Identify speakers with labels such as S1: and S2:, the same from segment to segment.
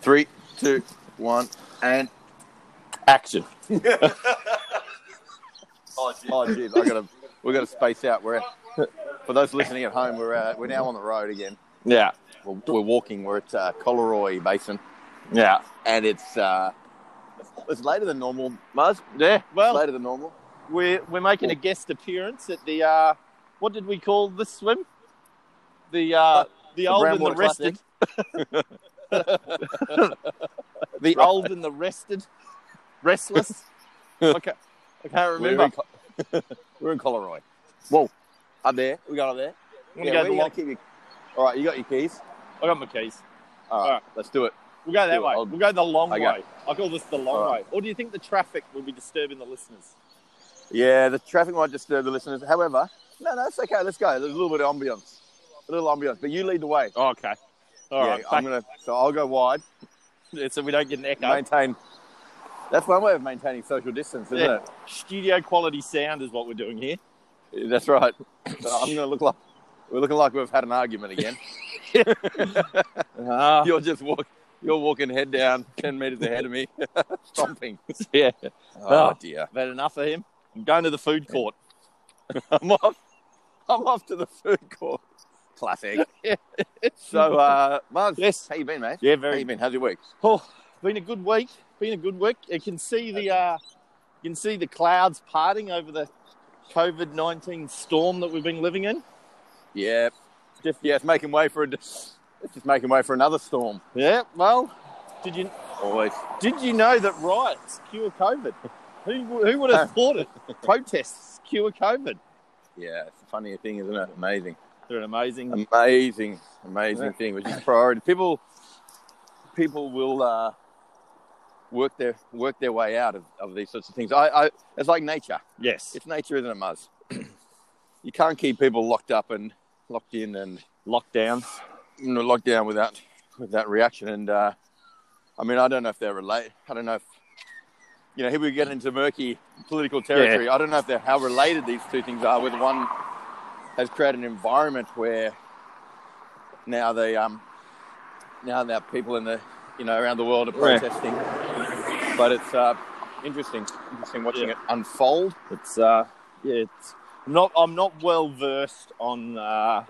S1: Three, two, one, and action.
S2: Oh, gee.
S1: Oh, jeez, I gotta, we got to space out. We're for those listening at home. We're uh, we're now on the road again.
S3: Yeah,
S1: We're, we're walking. We're at uh, Coleroy Basin,
S3: yeah.
S1: and it's uh, it's later than normal. Muzz,
S3: Yeah.
S1: it's
S3: Well,
S1: later than normal.
S3: we're we're making a guest appearance at the uh, what did we call this swim? The uh, the, old and the
S1: Brownwater
S3: rested. the old and the rested, restless. Okay, I can't
S1: We're in,
S3: remember.
S1: Co- we're in Coleroy. Whoa, up there. We got up there.
S3: I'm
S1: Yeah, where
S3: gonna go
S1: you
S3: the
S1: gonna keep your... All right, you got your keys.
S3: lo- I got my keys.
S1: All
S3: All
S1: right.
S3: right.
S1: let's do it.
S3: We'll go
S1: Yeah,
S3: that way.
S1: I'll-
S3: We'll go the long
S1: Okay.
S3: way. I call this the long
S1: All
S3: way. Or do you think the traffic will be disturbing the listeners?
S1: Yeah, the traffic might disturb the listeners. However, no, no, it's okay. Let's go. There's a little bit of ambience, a little ambience. But you lead the way.
S3: Oh, okay. All
S1: yeah,
S3: right.
S1: I'm gonna. So I'll go wide.
S3: back- So we don't get an echo.
S1: Maintain. That's one way of maintaining social distance, isn't
S3: Yeah. Studio quality sound is what we're doing here.
S1: it? That's right. So I'm gonna look like we're looking like we've had an argument again.
S3: Ah,
S1: You're just walk. You're walking head down, ten meters ahead of me, stomping.
S3: yeah.
S1: Oh,
S3: Oh.
S1: dear.
S3: I've had enough of him. I'm going to the food court.
S1: I'm off. I'm off to the food court. Classic. so, uh, Mars,
S3: Yes.
S1: how you been, mate?
S3: Yeah,
S1: How you been? How's your week?
S3: Oh, been a good week. Been a good week. You can see the uh, you can see the clouds parting over the COVID nineteen storm that we've been living in.
S1: Yeah, just yeah, it's making way for a. It's just making way for another storm.
S3: Yeah. Well, did you
S1: Always.
S3: did you know that riots cure COVID? Who, w- who would have thought it? Protests cure COVID.
S1: Yeah, it's a funny thing, isn't it? Amazing,
S3: They're an amazing.
S1: Um, amazing, amazing
S3: Yeah.
S1: thing. Which is priority. People, people will uh, work their work their way out of, of these sorts of things. I, I, it's like nature.
S3: yes.
S1: It's nature, isn't it, Muzz? you can't keep people locked up and locked in and
S3: Lockdown.
S1: you know, locked down without with that reaction. And uh, I mean, I don't know if they're related. I don't know if you know. Here we get into murky political territory. I don't know if they're how related these two things are. Whether one has created an environment where now they um now that people in the you know around the world are
S3: Yeah.
S1: protesting, but it's uh, interesting, interesting watching
S3: Yeah.
S1: it unfold.
S3: It's uh, yeah, it's I'm not. I'm not well versed on uh,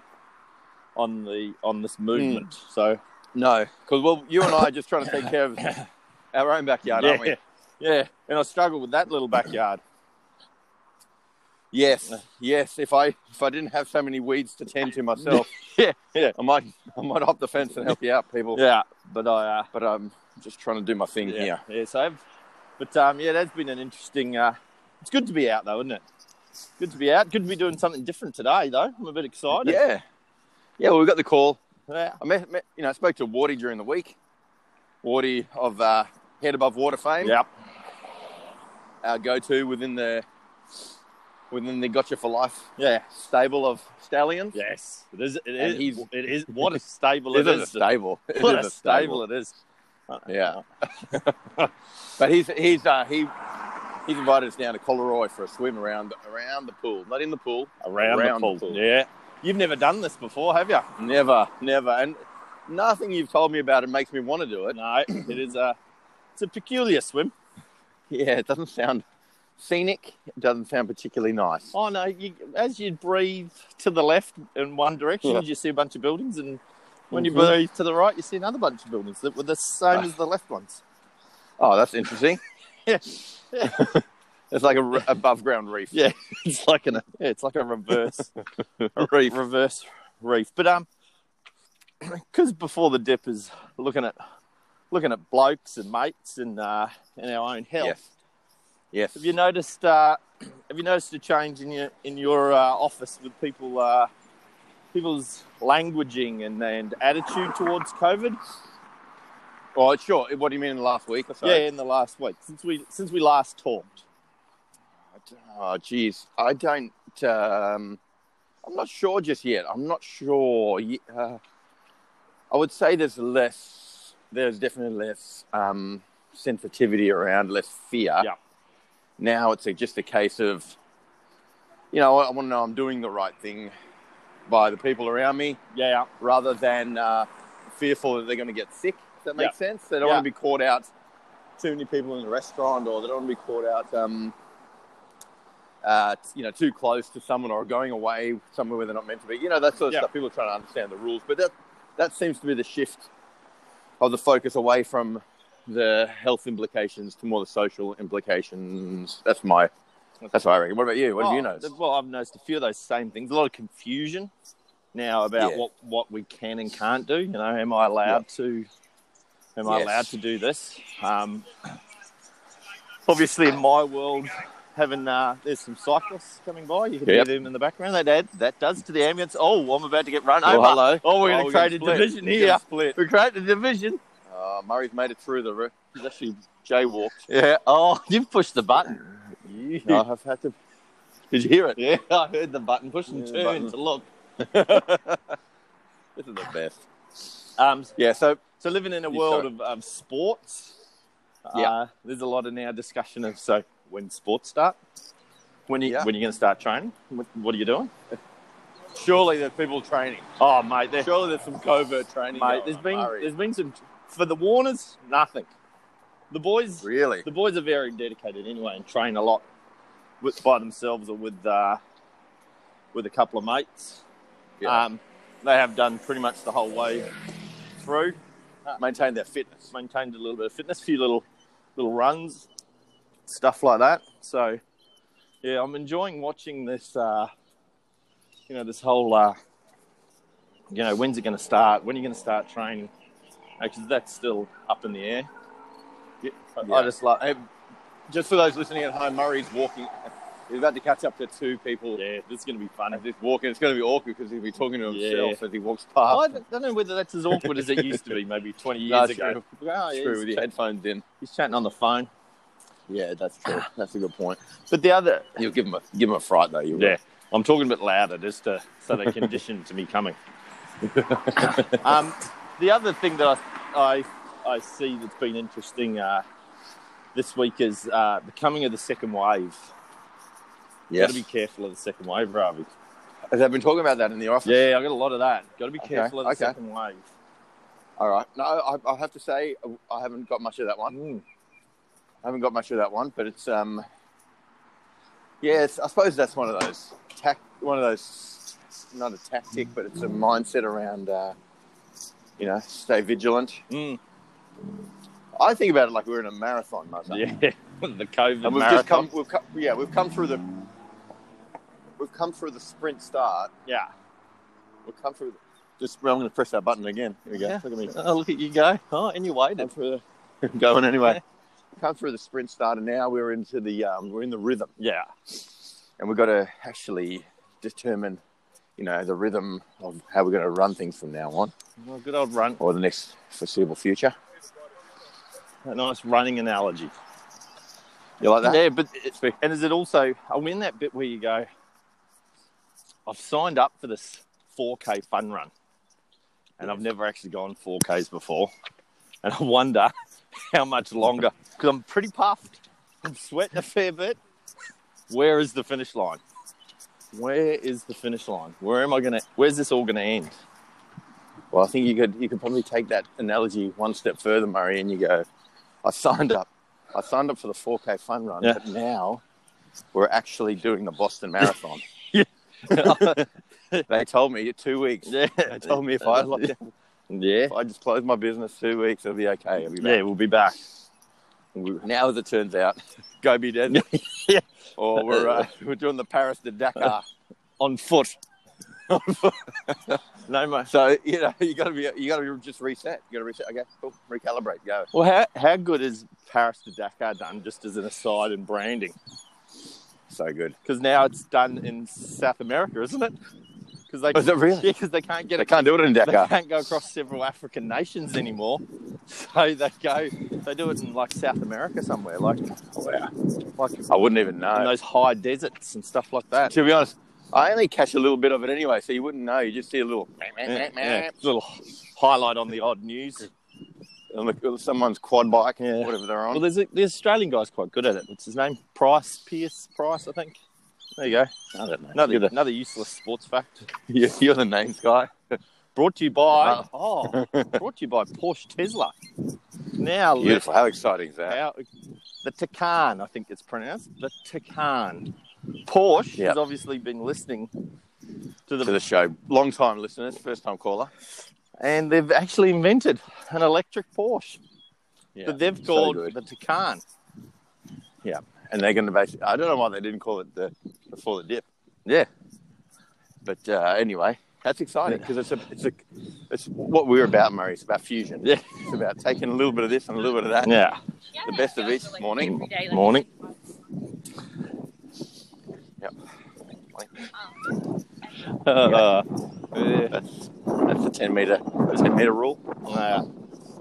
S3: on the on this movement.
S1: Hmm.
S3: So
S1: No, because well, you and I are just trying to take care of our own backyard, aren't we?
S3: yeah, yeah, and I struggle with that little backyard.
S1: Yes, Uh, yes. If I if I didn't have so many weeds to tend to myself,
S3: Yeah, yeah.
S1: I might I might hop the fence and help you out, people.
S3: yeah, but I uh,
S1: But I'm just trying to do my thing
S3: yeah,
S1: here.
S3: yeah. So, I've, but um, yeah, that's been an interesting. Uh, it's good to be out though, isn't it? Good to be out. Good to be doing something different today though. I'm a bit excited.
S1: Yeah, yeah. Well, we got the call.
S3: yeah.
S1: I met, met you know I spoke to Wardy during the week. Wardy of uh, Head Above Water fame,
S3: Yep.
S1: our go-to within the within the Gotcha for Life
S3: Yeah.
S1: stable of stallions.
S3: Yes. It is. It
S1: And
S3: is.
S1: he's-
S3: it is. What a stable
S1: It
S3: it
S1: is a
S3: is.
S1: stable. It
S3: What
S1: is
S3: a stable it is.
S1: Yeah. but he's he's uh, he he's invited us down to Coleroy for a swim around around the pool, not in the pool.
S3: Around,
S1: Around the
S3: the pool.
S1: pool.
S3: Yeah. You've never done this before, have you?
S1: Never, never, and nothing you've told me about it makes me want to do it.
S3: No, it is a it's a peculiar swim.
S1: Yeah, it doesn't sound scenic. It doesn't sound particularly nice.
S3: Oh no, you, as you breathe to the left in one direction,
S1: Yeah.
S3: you see a bunch of buildings, and when
S1: Mhm.
S3: you breathe to the right, you see another bunch of buildings that were the same
S1: Ah.
S3: as the left ones.
S1: Oh, that's interesting.
S3: Yeah.
S1: It's like a r- above ground reef.
S3: Yeah, it's like an yeah, it's like a reverse
S1: A reef.
S3: reverse reef. But um, because before the dip is looking at looking at blokes and mates and uh, and our own health.
S1: Yes. Yes.
S3: Have you noticed? Uh, have you noticed a change in your in your uh, office with people uh, people's languaging and, and attitude towards COVID?
S1: Oh, sure. What do you mean last week or so?
S3: Yeah, in the last week since we since we last talked.
S1: I don't- Oh, geez. I don't. Um, I'm not sure just yet. I'm not sure. Ye- Uh, I would say there's less. There's definitely less um, sensitivity around, less fear.
S3: Yeah.
S1: Now it's a, just a case of, you know, I, I want to know I'm doing the right thing by the people around me,
S3: Yeah,
S1: rather than uh, fearful that they're going to get sick. That makes sense. They don't
S3: Yeah.
S1: want to be caught out. Too many people in the restaurant, or they don't want to be caught out. Um, uh, t- you know, too close to someone, or going away somewhere where they're not meant to be. You know that sort of
S3: Yeah.
S1: stuff. People are trying to understand the rules, but that that seems to be the shift of the focus away from the health implications to more the social implications. That's my. That's what I reckon. What about you? What have
S3: Oh,
S1: you noticed?
S3: th- Well, I've noticed a few of those same things. A lot of confusion now about
S1: Yeah.
S3: what, what we can and can't do. You know, am I allowed to? Am I
S1: Yes.
S3: allowed to do this? Um, obviously, in my world, having uh, there's some cyclists coming by. You can
S1: Yep.
S3: hear them in the background. That add, that does to the ambulance. Oh, I'm about to get run
S1: Oh,
S3: over.
S1: hello.
S3: Oh,
S1: Oh,
S3: we're
S1: we're
S3: going to
S1: gonna
S3: create a
S1: split.
S3: division
S1: We're
S3: here.
S1: gonna split.
S3: We create a division.
S1: Uh, Murray's made it through the. Re- He's actually jaywalked.
S3: Yeah. Oh, you've pushed the button.
S1: I have had to. Did you hear it?
S3: Yeah, I heard the button. Push and
S1: Yeah, the
S3: turn
S1: button.
S3: to look.
S1: This is the best.
S3: Um,
S1: Yeah. So
S3: So living in a
S1: Yeah,
S3: world
S1: sorry.
S3: of, of sports,
S1: Yeah.
S3: uh, there's a lot of now discussion of so when sports start, when you
S1: Yeah.
S3: when you're going to start training, what, what are you doing?
S1: surely there's people training.
S3: Oh mate, there,
S1: Surely there's some covert training.
S3: mate,
S1: going
S3: there's
S1: on,
S3: been
S1: Murray.
S3: there's been some for the Warners, nothing. The boys,
S1: really.
S3: the boys are very dedicated anyway and train a lot with, by themselves or with uh, with a couple of mates.
S1: Yeah.
S3: Um, they have done pretty much the whole way through.
S1: Maintain their fitness.
S3: maintained a little bit of fitness, a few little little runs, stuff like that. So yeah, I'm enjoying watching this. Uh, you know, this whole uh, you know when's it going to start? When are you going to start training? Because that's still up in the air. I-
S1: Yeah.
S3: I just like
S1: Hey, just for those listening at home, Murray's walking. He's about to catch up to two people.
S3: yeah, this is going to be fun.
S1: As he's walking, it's going to be awkward because he'll be talking to himself as he walks
S3: Well, I
S1: past.
S3: don't know whether that's as awkward as it used to be. Maybe 20 years
S1: No, it's
S3: ago.
S1: true.
S3: Oh, yeah,
S1: True,
S3: he's,
S1: with your
S3: chat-
S1: headphones in.
S3: he's chatting on the phone.
S1: Yeah, that's true. That's a good point.
S3: But the other,
S1: You'll give him a give him a fright though. You will.
S3: Yeah, I'm talking a bit louder just to, so they condition to me coming. um, the other thing that I, I, I see that's been interesting uh, this week is uh, the coming of the second wave.
S1: Yes.
S3: Got to be careful of the second wave, Ravi.
S1: They've been talking about that in the office.
S3: Yeah, I got a lot of that. Got to be careful of the
S1: okay.
S3: second wave.
S1: All right. No, I, I have to say I haven't got much of that one.
S3: Mm.
S1: I haven't got much of that one, but it's um, yeah, it's, I suppose that's one of those tac, one of those not a tactic, but it's a mindset around uh, you know stay vigilant.
S3: Mm.
S1: I think about it like we're in a marathon, Muzza.
S3: Yeah, the
S1: and
S3: COVID
S1: we've
S3: marathon.
S1: just come, we've come, yeah, we've come through the we've come through the sprint start.
S3: yeah.
S1: We've come through. The, just well, I'm going to press that button again. Here we go.
S3: Yeah.
S1: Look at me.
S3: Oh, look at you go. Oh, and you
S1: Come
S3: waited.
S1: through the, going anyway. Come through the sprint start, and now we're into the um, we're in the rhythm.
S3: Yeah.
S1: and we've got to actually determine, you know, the rhythm of how we're going to run things from now on,
S3: Well, good old run.
S1: or the next foreseeable future.
S3: A nice running analogy.
S1: You like that?
S3: Yeah, but it's, and is it also? I'm in that bit where you go. I've signed up for this 4K fun run, and I've never actually gone 4Ks before, and I wonder how much longer because I'm pretty puffed. I'm sweating a fair bit. Where is the finish line? Where is the finish line? Where am I gonna? Where's this all gonna end?
S1: Well, I think you could you could probably take that analogy one step further, Murray, and you go, I signed up, I signed up for the 4K fun run,
S3: Yeah.
S1: but now we're actually doing the Boston Marathon.
S3: Yeah.
S1: they told me two weeks.
S3: Yeah,
S1: They told me if I locked down,
S3: yeah,
S1: if I just closed my business two weeks, it'll be okay. It'll be
S3: yeah,
S1: back.
S3: we'll be back.
S1: Now, as it turns out, go be dead.
S3: Yeah.
S1: Or we're, uh, we're doing the Paris to Dakar.
S3: On foot. no, mate.
S1: So you know you got to be you got to just reset. You got to reset. Okay, cool. Recalibrate. Go.
S3: Well, how, how good is Paris to Dakar done just as an aside in branding?
S1: So good.
S3: Because now it's done in South America, isn't it? Because they
S1: Is it really?
S3: Yeah, 'cause they can't get
S1: They
S3: it.
S1: can't do it in
S3: They
S1: Dakar.
S3: can't go across several African nations anymore, so they go. They do it in like South America somewhere, like
S1: Wow.
S3: like
S1: I wouldn't even
S3: in
S1: know.
S3: those high deserts and stuff like that.
S1: To be honest, I only catch a little bit of it anyway, so you wouldn't know. You just see a little.
S3: Yeah, yeah. Little highlight on the odd news.
S1: on the- someone's quad bike,
S3: Yeah.
S1: whatever they're
S3: Well,
S1: on.
S3: there's a, the Australian guy's quite good at it. What's his name? Price Pierce Price, I think. There you go.
S1: I don't know.
S3: Another
S1: You're the,
S3: another useless sports fact.
S1: you're the names guy.
S4: Brought to you by oh, brought to you by Porsche Tesla. Now,
S1: Beautiful. How exciting is that?
S4: how, the Takan, I think it's pronounced the Takan. Porsche
S1: Yep.
S4: has obviously been listening to the,
S1: To the show. Long time listeners, first time caller.
S4: and they've actually invented an electric Porsche
S1: Yeah.
S4: that they've
S1: so
S4: called
S1: good.
S4: the Takan.
S1: and they're going to basically. I don't know why they didn't call it the before the dip.
S4: Yeah.
S1: But uh, anyway, that's exciting because it's a, it's a, it's what we're about, Murray. It's about fusion.
S4: Yeah.
S1: It's about taking a little bit of this and a little bit of that.
S4: Yeah.
S1: The best of each morning.
S4: Morning. Uh, yeah.
S1: That's that's the ten meter, ten meter rule.
S4: Uh,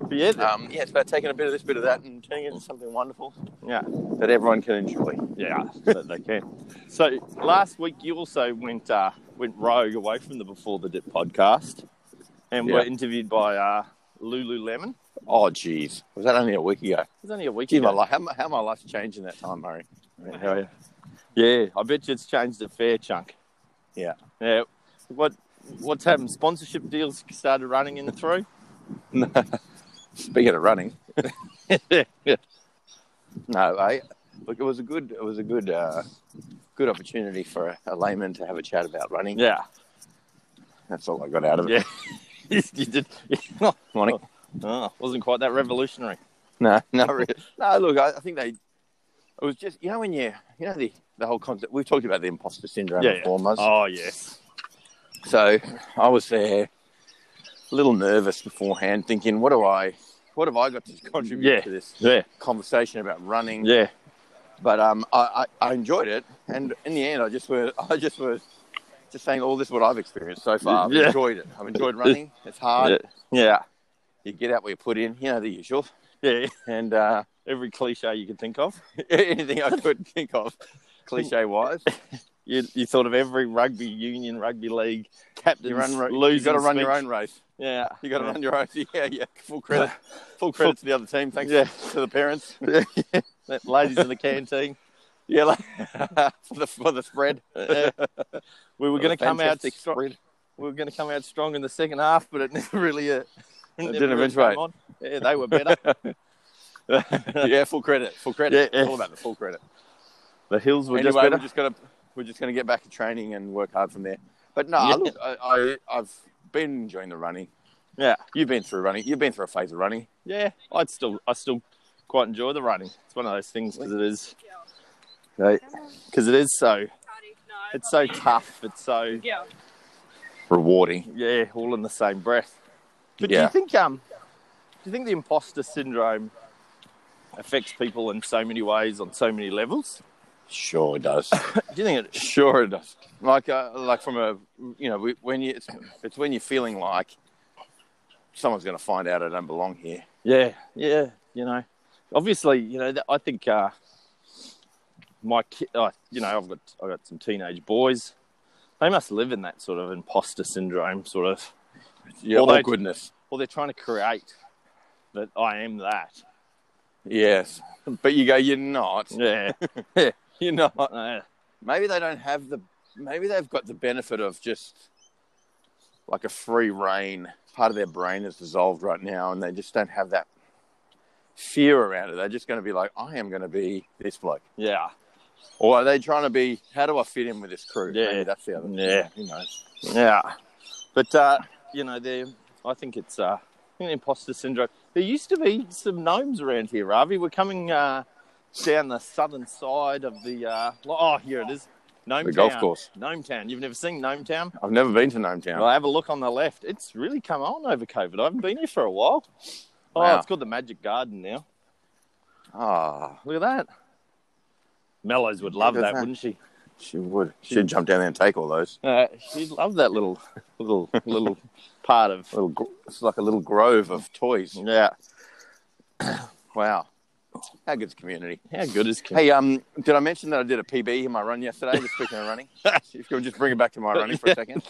S4: but yeah, th-
S1: Um, yeah, it's about taking a bit of this, bit of that, and turning it into something wonderful.
S4: Yeah.
S1: that everyone can enjoy.
S4: yeah, that they can. So last week you also went uh, went rogue away from the Before the Dip podcast, and
S1: Yeah.
S4: were interviewed by uh, Lululemon. It
S1: Oh, geez, was that only a week ago?
S4: was only a week
S1: Gee, my
S4: ago.
S1: life, how, my- how my life's changed in that time, Murray.
S4: Yeah, yeah, I bet you it's changed a fair chunk.
S1: Yeah.
S4: yeah. What what's happened? Sponsorship deals started running in through.
S1: Speaking of running,
S4: yeah,
S1: No, I look. It was a good. It was a good. Uh, good opportunity for a, a layman to have a chat about running.
S4: yeah.
S1: That's all I got out of it.
S4: Yeah. you did.
S1: Morning.
S4: Oh, wasn't quite that revolutionary.
S1: No, no, really. no. Look, I, I think they. It was just you know when you you know the the whole concept. We've talked about the imposter syndrome
S4: Yeah, yeah.
S1: before, Muzz.
S4: Oh yes.
S1: So I was there, a little nervous beforehand, thinking, what do I, what have I got to contribute
S4: Yeah.
S1: to this
S4: Yeah.
S1: conversation about running?
S4: Yeah.
S1: But um, I, I, I enjoyed it, and in the end, I just were I just was just saying all this is what I've experienced so far. I've
S4: Yeah.
S1: enjoyed it. I've enjoyed running. It's hard.
S4: Yeah.
S1: You get out what you put in. You know the usual.
S4: Yeah.
S1: And uh,
S4: Every cliche you could think of.
S1: anything I could think of, cliche wise,
S4: You, you thought of every rugby union, rugby league captain
S1: you run. You
S4: losing.
S1: got to run your
S4: speech.
S1: own race.
S4: Yeah.
S1: You got to
S4: yeah.
S1: run your own. Yeah, yeah. Full credit. Full credit to the other team. Thanks
S4: Yeah.
S1: to the parents.
S4: That ladies in the canteen.
S1: Yeah, like, for the for the spread.
S4: Yeah. we were going to come out.
S1: Fantastic
S4: Stro-
S1: spread.
S4: we were going to come out strong in the second half, but it never really. Uh, never
S1: didn't
S4: really
S1: eventuate.
S4: came on. Yeah, they were better.
S1: Yeah, full credit. Full credit.
S4: Yeah, yeah.
S1: All about the full credit.
S4: the hills were
S1: anyway,
S4: just better.
S1: we're just gonna we're just gonna get back to training and work hard from there. But no,
S4: Yeah.
S1: look, I, I I've been enjoying the running.
S4: Yeah.
S1: You've been through running. You've been through a phase of running.
S4: Yeah, I'd still, I still quite enjoy the running. It's one of those things because it is, because it is so, it's so tough. It's so,
S2: Yeah.
S1: Rewarding.
S4: yeah, all in the same breath. But do
S1: Yeah.
S4: you think, um, do you think the imposter syndrome affects people in so many ways on so many levels?
S1: Sure does.
S4: Do you think it?
S1: sure it does. Like uh, like from a you know we- when you it's, it's when you're feeling like someone's gonna find out I don't belong here.
S4: Yeah, yeah. You know, obviously, you know, that- I think uh, my, ki- uh, you know, I've got, I've got some teenage boys. They must live in that sort of imposter syndrome, sort of.
S1: Yeah,
S4: Although-
S1: awkwardness.
S4: well, they're trying to create that I am that.
S1: Yes, but you go you're not.
S4: Yeah.
S1: You're not.
S4: Uh,
S1: maybe they don't have the maybe they've got the benefit of just like a free reign part of their brain is dissolved right now and they just don't have that fear around it they're just going to be like i am going to be this bloke
S4: yeah.
S1: or are they trying to be how do i fit in with this crew
S4: Yeah.
S1: Maybe that's the other
S4: Yeah.
S1: you know it's
S4: Yeah. But, uh, you know, they're, I think it's uh, I think imposter syndrome. There used to be some gnomes around here, Ravi. We're coming uh, down the southern side of the. Uh, lo- oh, here it is. Gnome
S1: the
S4: Town.
S1: golf course
S4: Gnome Town. You've never seen Gnome Town?
S1: i've never been to Nome town
S4: Well, have a look on the left. It's really come on over COVID. I haven't been here for a while. Oh,
S1: Wow.
S4: it's called the Magic Garden now.
S1: ah
S4: Look at that. Mellows would love
S1: Look at
S4: that,
S1: that.
S4: wouldn't she?
S1: she would she'd jump down there and take all those
S4: Uh, she'd love that little, little, little part of.
S1: little gro- it's like a little grove of toys
S4: Yeah.
S1: wow how good's community
S4: How good is Kim?
S1: Hey, um, did I mention that I did a PB in my run yesterday? Just speaking of running, if you could just bring it back to my running for a second.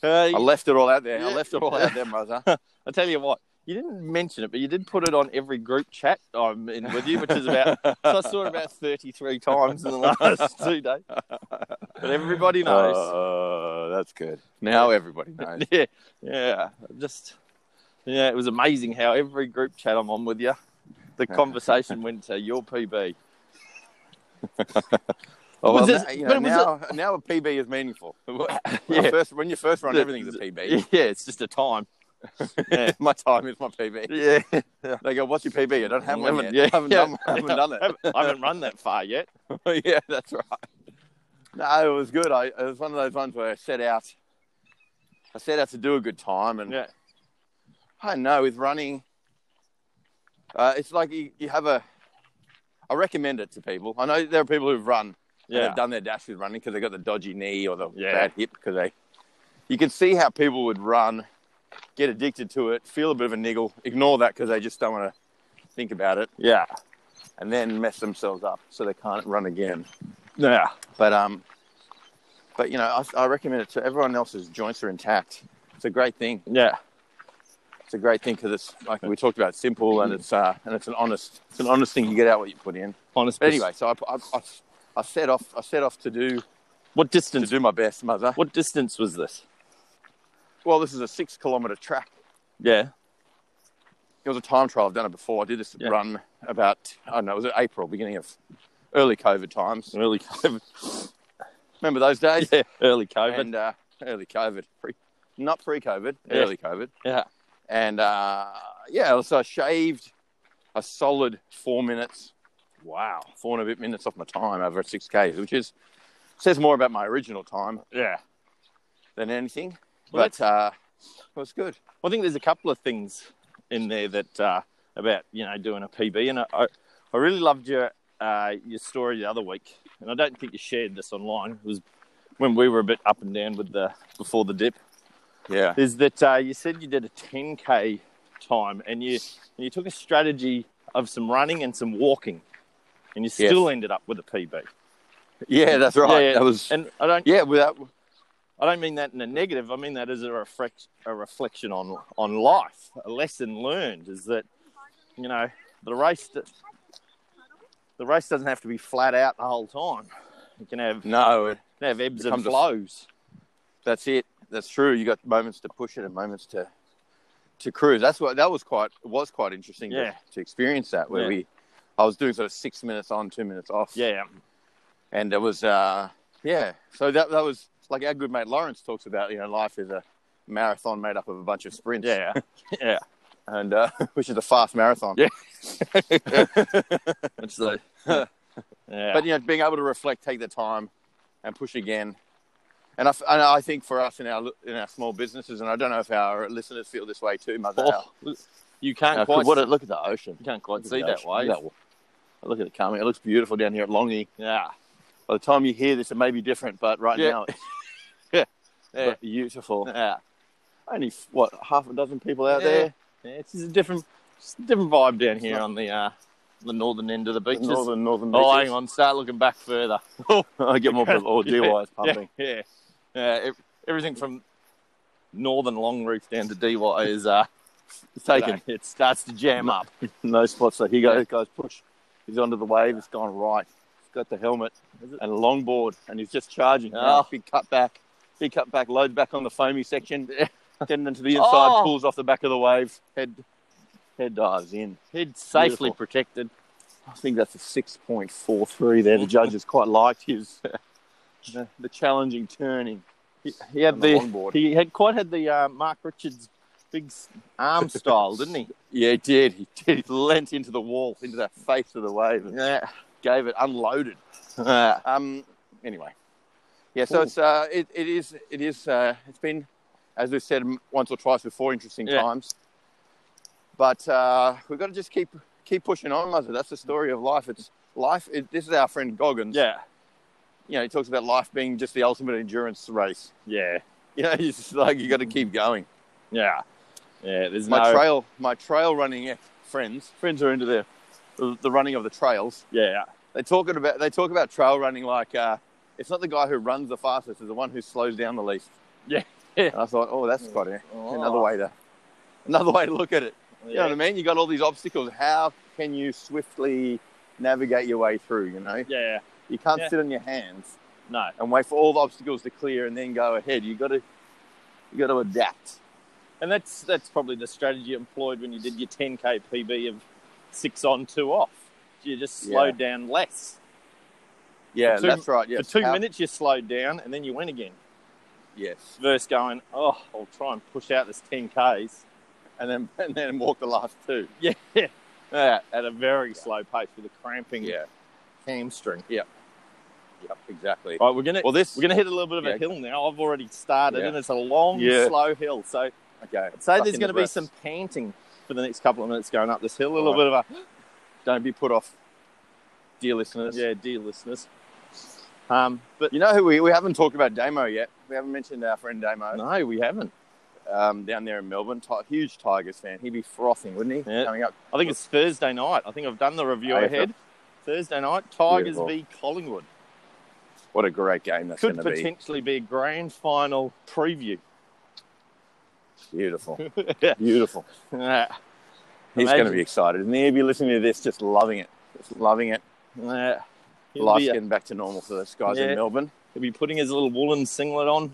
S4: Hey,
S1: I left it all out there. I left it all out there, brother.
S4: I tell you what, you didn't mention it, but you did put it on every group chat I'm in with you, which is about. so I saw it about thirty-three times in the last two days. But everybody knows.
S1: Uh, That's good. Now everybody knows.
S3: yeah, yeah. Just yeah, it was amazing how every group chat I'm on with you, the conversation went to your PB.
S1: Oh, well,
S3: Was this-
S1: now, you know,
S3: but it was
S1: now, now a PB is meaningful. When I
S3: Yeah.
S1: first, when you first run, everything's a PB.
S3: Yeah, it's just a time. Yeah.
S1: my time is my PB.
S3: Yeah,
S1: They go, "What's your PB?" I don't have one yet.
S3: Yeah,
S1: I haven't
S3: yeah.
S1: done, I haven't done it.
S3: Haven't- I haven't run that far yet.
S1: yeah, that's right. No, it was good. I, it was one of those ones where I set out. I set out to do a good time, and
S3: Yeah,
S1: I don't know with running, uh, it's like you, you have a. I recommend it to people. I know there are people who've run yeah.
S3: yeah,
S1: they've done their dash with running because they've got the dodgy knee or the
S3: Yeah.
S1: bad hip because they you can see how people would run get addicted to it feel a bit of a niggle ignore that because they just don't want to think about it
S3: yeah,
S1: and then mess themselves up so they can't run again
S3: yeah.
S1: but um but you know i, I recommend it to everyone else's joints are intact it's a great thing
S3: yeah.
S1: it's a great thing because it's like we talked about it's simple and it's uh and it's an honest it's an honest thing you get out what you put in
S3: Honest.
S1: but anyway so i i, I, I set off i set off to do
S3: what
S1: to
S3: distance?
S1: do my best mother
S3: What distance was this?
S1: Well, this is a six kilometer track.
S3: Yeah,
S1: It was a time trial. I've done it before. I did this
S3: Yeah.
S1: run about, I don't know, it was April, beginning of early COVID times.
S3: early COVID.
S1: Remember those days?
S3: Yeah, early COVID.
S1: And uh, early COVID, pre, not pre COVID,
S3: Yeah.
S1: early COVID.
S3: yeah,
S1: And uh, yeah, so I shaved a solid four minutes,
S3: wow.
S1: four and a bit minutes off my time over at 6K, which is says more about my original time
S3: Yeah.
S1: than anything.
S3: Well,
S1: but uh, it was good.
S3: Well, I think there's a couple of things in there that uh, about you know doing a PB, and I, I, I really loved your uh, your story the other week, and I don't think you shared this online. It was when we were a bit up and down with the before the dip.
S1: Yeah.
S3: Is that uh, you said you did a 10k time, and you and you took a strategy of some running and some walking, and you still ended up with a PB.
S1: Yeah, that's right.
S3: Yeah, yeah.
S1: That was,
S3: And I don't
S1: yeah, without,
S3: I don't mean that in a negative. I mean that as a reflect, a reflection on on life. A lesson learned is that you know the race d- the race doesn't have to be flat out the whole time. You can have you
S1: no, it,
S3: can have ebbs and
S1: Becomes a-
S3: flows.
S1: That's it. That's true. You got moments to push it and moments to to cruise. That's what that was quite it was quite interesting
S3: Yeah.
S1: to, to experience that where
S3: Yeah.
S1: we I was doing sort of six minutes on, two minutes off.
S3: yeah,
S1: And it was uh yeah. So that that was like our good mate Lawrence talks about, you know, life is a marathon made up of a bunch of sprints.
S3: yeah, yeah.
S1: And uh which is a fast marathon.
S3: Yeah. It's the yeah,
S1: But you know, being able to reflect, take the time and push again. And I, f- and I think for us in our in our small businesses, and I don't know if our listeners feel this way too, Mother.
S3: Oh,
S1: Al.
S3: look, you can't
S1: Uh,
S3: quite
S1: what
S3: see-
S1: a- look at the ocean.
S3: you can't quite
S1: Look at
S3: see
S1: the
S3: that
S1: ocean.
S3: way.
S1: Look at that- Look at it coming. It looks beautiful down here at Longy.
S3: Yeah,
S1: By the time you hear this, it may be different, but right
S3: Yeah.
S1: now, it's
S3: yeah,
S1: beautiful.
S3: yeah.
S1: Only what half a dozen people out
S3: Yeah.
S1: there.
S3: Yeah, It's just a different, it's a different vibe down here
S1: not-
S3: on the uh, the northern end of the beaches.
S1: Northern Northern.
S3: Oh,
S1: beaches.
S3: hang on. Start looking back further.
S1: I get more people. Oh, DY is pumping.
S3: Yeah, yeah. Yeah, ev- everything from northern Longreach down to DY is uh,
S1: It's taken.
S3: It starts to jam up.
S1: No spots. So here goes, guys. Push. He's onto the wave. It's gone right. He's got the helmet
S3: Is it?
S1: and a longboard, and he's just charging.
S3: Oh.
S1: Big cut back. Big cut back. Load back on the foamy section. Tending into the inside.
S3: Oh.
S1: Pulls off the back of the wave. Head head dives in.
S3: Head safely
S1: Beautiful.
S3: protected.
S1: I think that's a 6.43 there. The judges quite liked his the, the challenging turning.
S3: He, he had
S1: On the
S3: the,
S1: longboard.
S3: he had quite had the uh, Mark Richards big s- arm style, didn't he?
S1: Yeah, he did. He did. He leant into the wall, into that face of the wave, and
S3: Yeah.
S1: gave it unloaded. Um. Anyway, yeah. So
S3: Cool.
S1: it's uh, it, it is it is uh, it's been, as we've said m- once or twice before, interesting
S3: Yeah.
S1: times. But uh, we've got to just keep keep pushing on, Muzzer. That's the story of life. It's life. It, this is our friend Goggins.
S3: yeah.
S1: You know, he talks about life being just the ultimate endurance race.
S3: Yeah.
S1: you know, it's just like you got to keep going.
S3: Yeah. Yeah. There's
S1: My
S3: Mm. no.
S1: trail, my trail running ex- friends, friends are into the, the the running of the trails.
S3: yeah.
S1: They talking about they talk about trail running like uh, it's not the guy who runs the fastest, it's the one who slows down the least.
S3: Yeah.
S1: And I thought, oh, that's quite a, another way to another way to look at it. You know
S3: Oh, Yeah.
S1: what I mean? You got all these obstacles. How can you swiftly navigate your way through? You know,
S3: Yeah.
S1: you can't
S3: Yeah.
S1: sit on your hands.
S3: No.
S1: and wait for all the obstacles to clear and then go ahead. You got to you got to adapt.
S3: And that's that's probably the strategy employed when you did your 10k PB of six on, two off. You just
S1: Yeah.
S3: slowed down less.
S1: Yeah,
S3: For two-
S1: that's right. Yes.
S3: For two
S1: How-
S3: minutes, you slowed down and then you went again.
S1: Yes.
S3: Versus going, oh, I'll try and push out this 10k's
S1: And then and then walk the last two.
S3: yeah,
S1: Yeah.
S3: uh, at a very slow pace with a cramping
S1: Yeah.
S3: hamstring.
S1: Yep, exactly.
S3: Right, we're gonna
S1: Well, this
S3: we're gonna hit a little bit of
S1: Yeah.
S3: a hill now. I've already started,
S1: Yeah.
S3: and it's a long,
S1: Yeah.
S3: slow hill. So
S1: okay.
S3: So
S1: Suck
S3: there's
S1: in
S3: going
S1: the
S3: to be
S1: breath.
S3: some panting for the next couple of minutes going up this hill. A little
S1: All
S3: bit of
S1: Don't be put off, dear listeners.
S3: a yeah, dear listeners. Um, but
S1: You know who we, we haven't talked about Damo yet. We haven't mentioned our friend Damo
S3: no, we haven't.
S1: um, down there in Melbourne. Ti- huge Tigers fan. He'd be frothing, wouldn't he?
S3: Yeah.
S1: Coming up.
S3: I think it's Thursday night. I think I've done the review
S1: Oh, yeah.
S3: ahead. Thursday night, Tigers
S1: Beautiful.
S3: v Collingwood
S1: What a great game that's
S3: could
S1: going to be.
S3: potentially be. a grand final preview.
S1: Beautiful. Beautiful.
S3: Nah,
S1: He's going to
S3: Imagine.
S1: be excited. And he'll be listening to this, just loving it. Just loving it.
S3: nah. He'll
S1: Life's
S3: be, uh,
S1: getting back to normal for those guys
S3: Yeah.
S1: in Melbourne.
S3: he'll be putting his little woolen singlet on,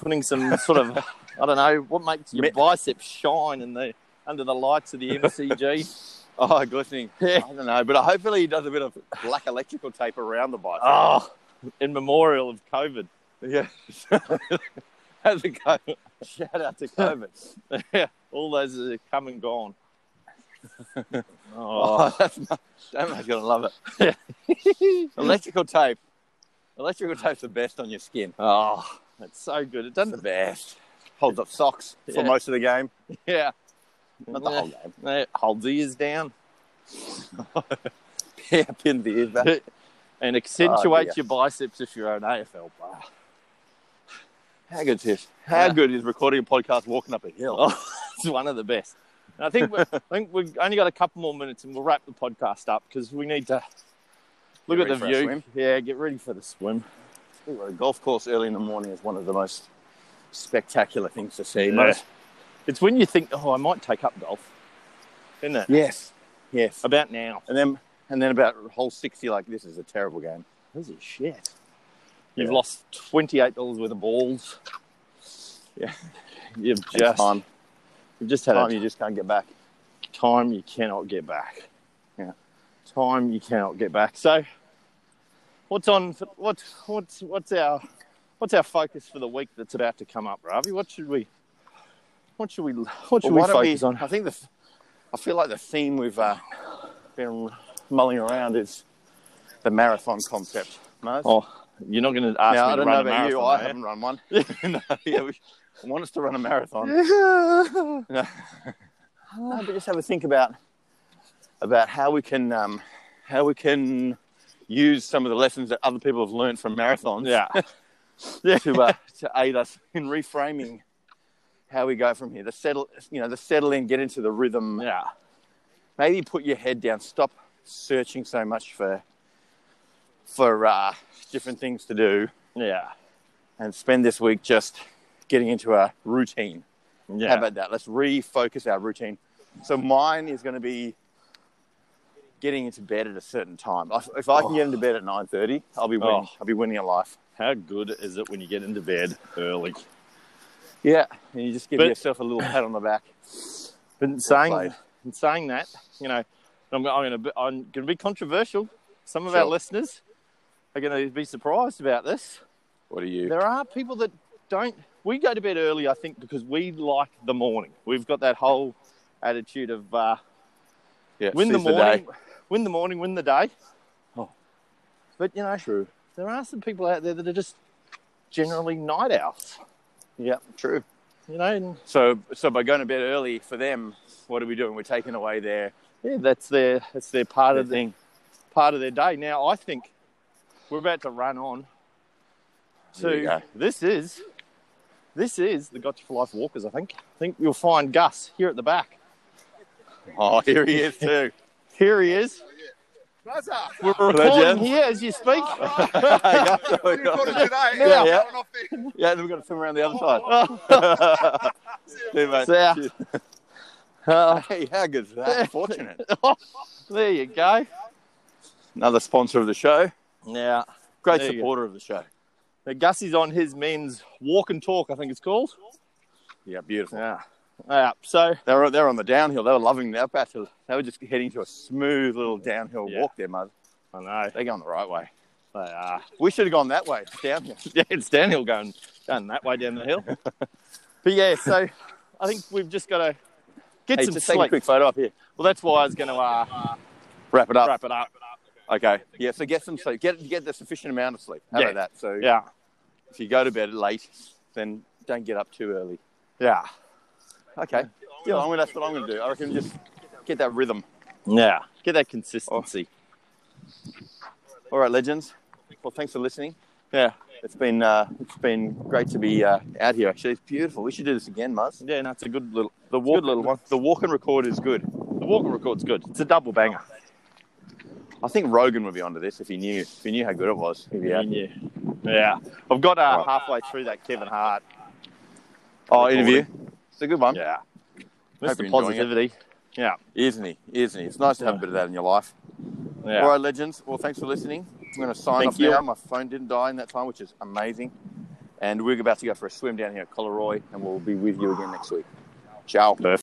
S3: putting some sort of I don't know what makes your
S1: Me-
S3: biceps shine in the under the lights of the MCG.
S1: Oh, glistening.
S3: Yeah.
S1: I don't know, but hopefully he does a bit of black electrical tape around the bike.
S3: Oh, in memorial of COVID.
S1: yeah. How's it go? Shout out to COVID.
S3: All those are come and gone. oh,
S1: Oh, that's not, Damo's going to love it. Electrical tape. Electrical tape's the best on your skin.
S3: oh, that's so good. It
S1: The
S3: doesn't.
S1: best. Holds up socks for
S3: Yeah.
S1: most of the game.
S3: Yeah,
S1: Not the whole game.
S3: Yeah, it holds ears down
S1: Yeah, pin the ears back. Oh,
S3: and accentuates
S1: dear.
S3: your biceps if you're an AFL player.
S1: How good is this? How
S3: Yeah.
S1: good is recording a podcast walking up a hill?
S3: Oh, it's one of the best. And I think we I think we've only got a couple more minutes and we'll wrap the podcast up because we need to look
S1: Get
S3: at
S1: ready
S3: the
S1: for a
S3: view.
S1: swim.
S3: Yeah, get ready for the swim.
S1: Ooh, A golf course early in the morning is one of the most spectacular things to see.
S3: Yeah.
S1: Most-
S3: It's when you think, oh, I might take up golf, isn't it?
S1: Yes. Yes.
S3: About now.
S1: And then and then about hole sixty, like this is a terrible game.
S3: This is shit. You've
S1: Yeah.
S3: lost twenty eight dollars worth of balls.
S1: Yeah.
S3: you've
S1: And
S3: just
S1: time,
S3: you've just had
S1: time
S3: a
S1: you just can't get back.
S3: time you cannot get back.
S1: Yeah.
S3: time you cannot get back. So, what's on? What what's what's our what's our focus for the week that's about to come up, Ravi? What should we what should we what should
S1: Well, why
S3: we
S1: don't
S3: focus on?
S1: I think the I feel like the theme we've uh, been mulling around is the marathon concept. Mars.
S3: Oh, you're not going to ask
S1: now,
S3: me
S1: I
S3: to
S1: don't know
S3: run
S1: about
S3: a
S1: you, I haven't run one. no, yeah, we, I want us to run a marathon.
S3: marathon,
S1: No. No, but just have a think about about how we can um, how we can use some of the lessons that other people have learned from marathons.
S3: eh? yeah.
S1: to uh, to aid us in reframing how we go from here. The settle, you know, the settle in, get into the rhythm.
S3: Yeah.
S1: Maybe put your head down. Stop searching so much for for uh, different things to do,
S3: Yeah.
S1: and spend this week just getting into a routine.
S3: Yeah.
S1: How about that? Let's refocus our routine. So mine is going to be getting into bed at a certain time. If- If I can get into bed at nine thirty, I'll be winning.
S3: Oh.
S1: I'll be winning at life.
S3: How good is it when you get into bed early?
S1: Yeah, and you just give
S3: But-
S1: yourself a little pat on the back.
S3: But in saying,
S1: played.
S3: in saying that, you know, I'm, I'm going to be, I'm going to be controversial. Some of our
S1: Sure.
S3: listeners are going to be surprised about this.
S1: What are you?
S3: There are people that don't. We go to bed early, I think, because we like the morning. We've got that whole attitude of uh,
S1: Yeah,
S3: win the
S1: seize day.
S3: morning, win the morning, win the day.
S1: Oh.
S3: But you know,
S1: True.
S3: there are some people out there that are just generally night owls.
S1: Yeah, true.
S3: You know, and
S1: So, so by going to bed early for them, what are we doing? We're taking away their
S3: yeah, that's their that's their part
S1: their
S3: of the
S1: thing.
S3: part of their day. Now, I think we're about to run on
S1: There you
S3: to
S1: go.
S3: this is this is the Gotcha for Life Walkers. I think I think you'll find Gus here at the back.
S1: Oh, here he is too.
S3: Here he is.
S2: Brother,
S3: We're
S1: Legend.
S3: recording here as you speak.
S2: we recorded today.
S1: Yeah, yeah.
S2: Going off the-
S1: yeah, then we've got to swim around the other side.
S3: Oh,
S1: See you, mate.
S3: See ya.
S1: Cheers. Oh,
S3: Uh,
S1: Hey, how good's
S3: Yeah.
S1: that? Fortunate.
S3: there you go.
S1: Another sponsor of the show.
S3: Yeah.
S1: Great
S3: There you go.
S1: supporter of the show.
S3: But Gussie's on his men's walk and talk, I think it's called.
S1: Yeah, beautiful.
S3: Yeah. Yeah. So
S1: They were they were on the downhill. They were loving that battle. They were just heading to a smooth little downhill
S3: Yeah.
S1: walk there, mother.
S3: I know
S1: They're going the right way.
S3: they are.
S1: We should have gone that way downhill.
S3: Yeah, it's downhill going down that way down the hill. but yeah, so I think we've just got to get
S1: Hey,
S3: some
S1: just take a
S3: sleep.
S1: quick photo up here.
S3: Well, that's why I was going to uh,
S1: Wrap it up.
S3: wrap it up.
S1: Okay. Yeah. So get some sleep. Get get the sufficient amount of sleep. How
S3: Yeah.
S1: about that? So
S3: Yeah.
S1: if you go to bed late, then don't get up too early.
S3: Yeah.
S1: Okay. Yeah, I'm gonna, that's what I'm going to do. I reckon just get that rhythm.
S3: Yeah. Get that consistency.
S1: All right, legends. Well, thanks for listening.
S3: Yeah.
S1: It's been uh, it's been great to be uh, out here. Actually, it's beautiful. We should do this again, Muzz.
S3: Yeah, no, it's a good little
S1: The walk,
S3: good little one.
S1: The walk and record is good.
S3: the walk and record's good. It's a double banger.
S1: I think Rogan would be onto this if he knew if he knew how good it was. He'd be out.
S3: Yeah. Yeah. I've got uh,
S1: Right.
S3: halfway through that Kevin Hart.
S1: Oh, interview. It's a good one,
S3: Yeah.
S1: Hope you're
S3: Mr.
S1: enjoying it.
S3: Positivity. Yeah.
S1: isn't he? Isn't he? It's nice to have a bit of that in your life.
S3: Yeah.
S1: All right, legends. Well, thanks for listening. I'm going to sign
S3: Thank
S1: off
S3: you.
S1: now. My phone didn't die in that time, which is amazing. And we're about to go for a swim down here at Coleroy, and we'll be with you again next week. Ciao.
S3: Perfect.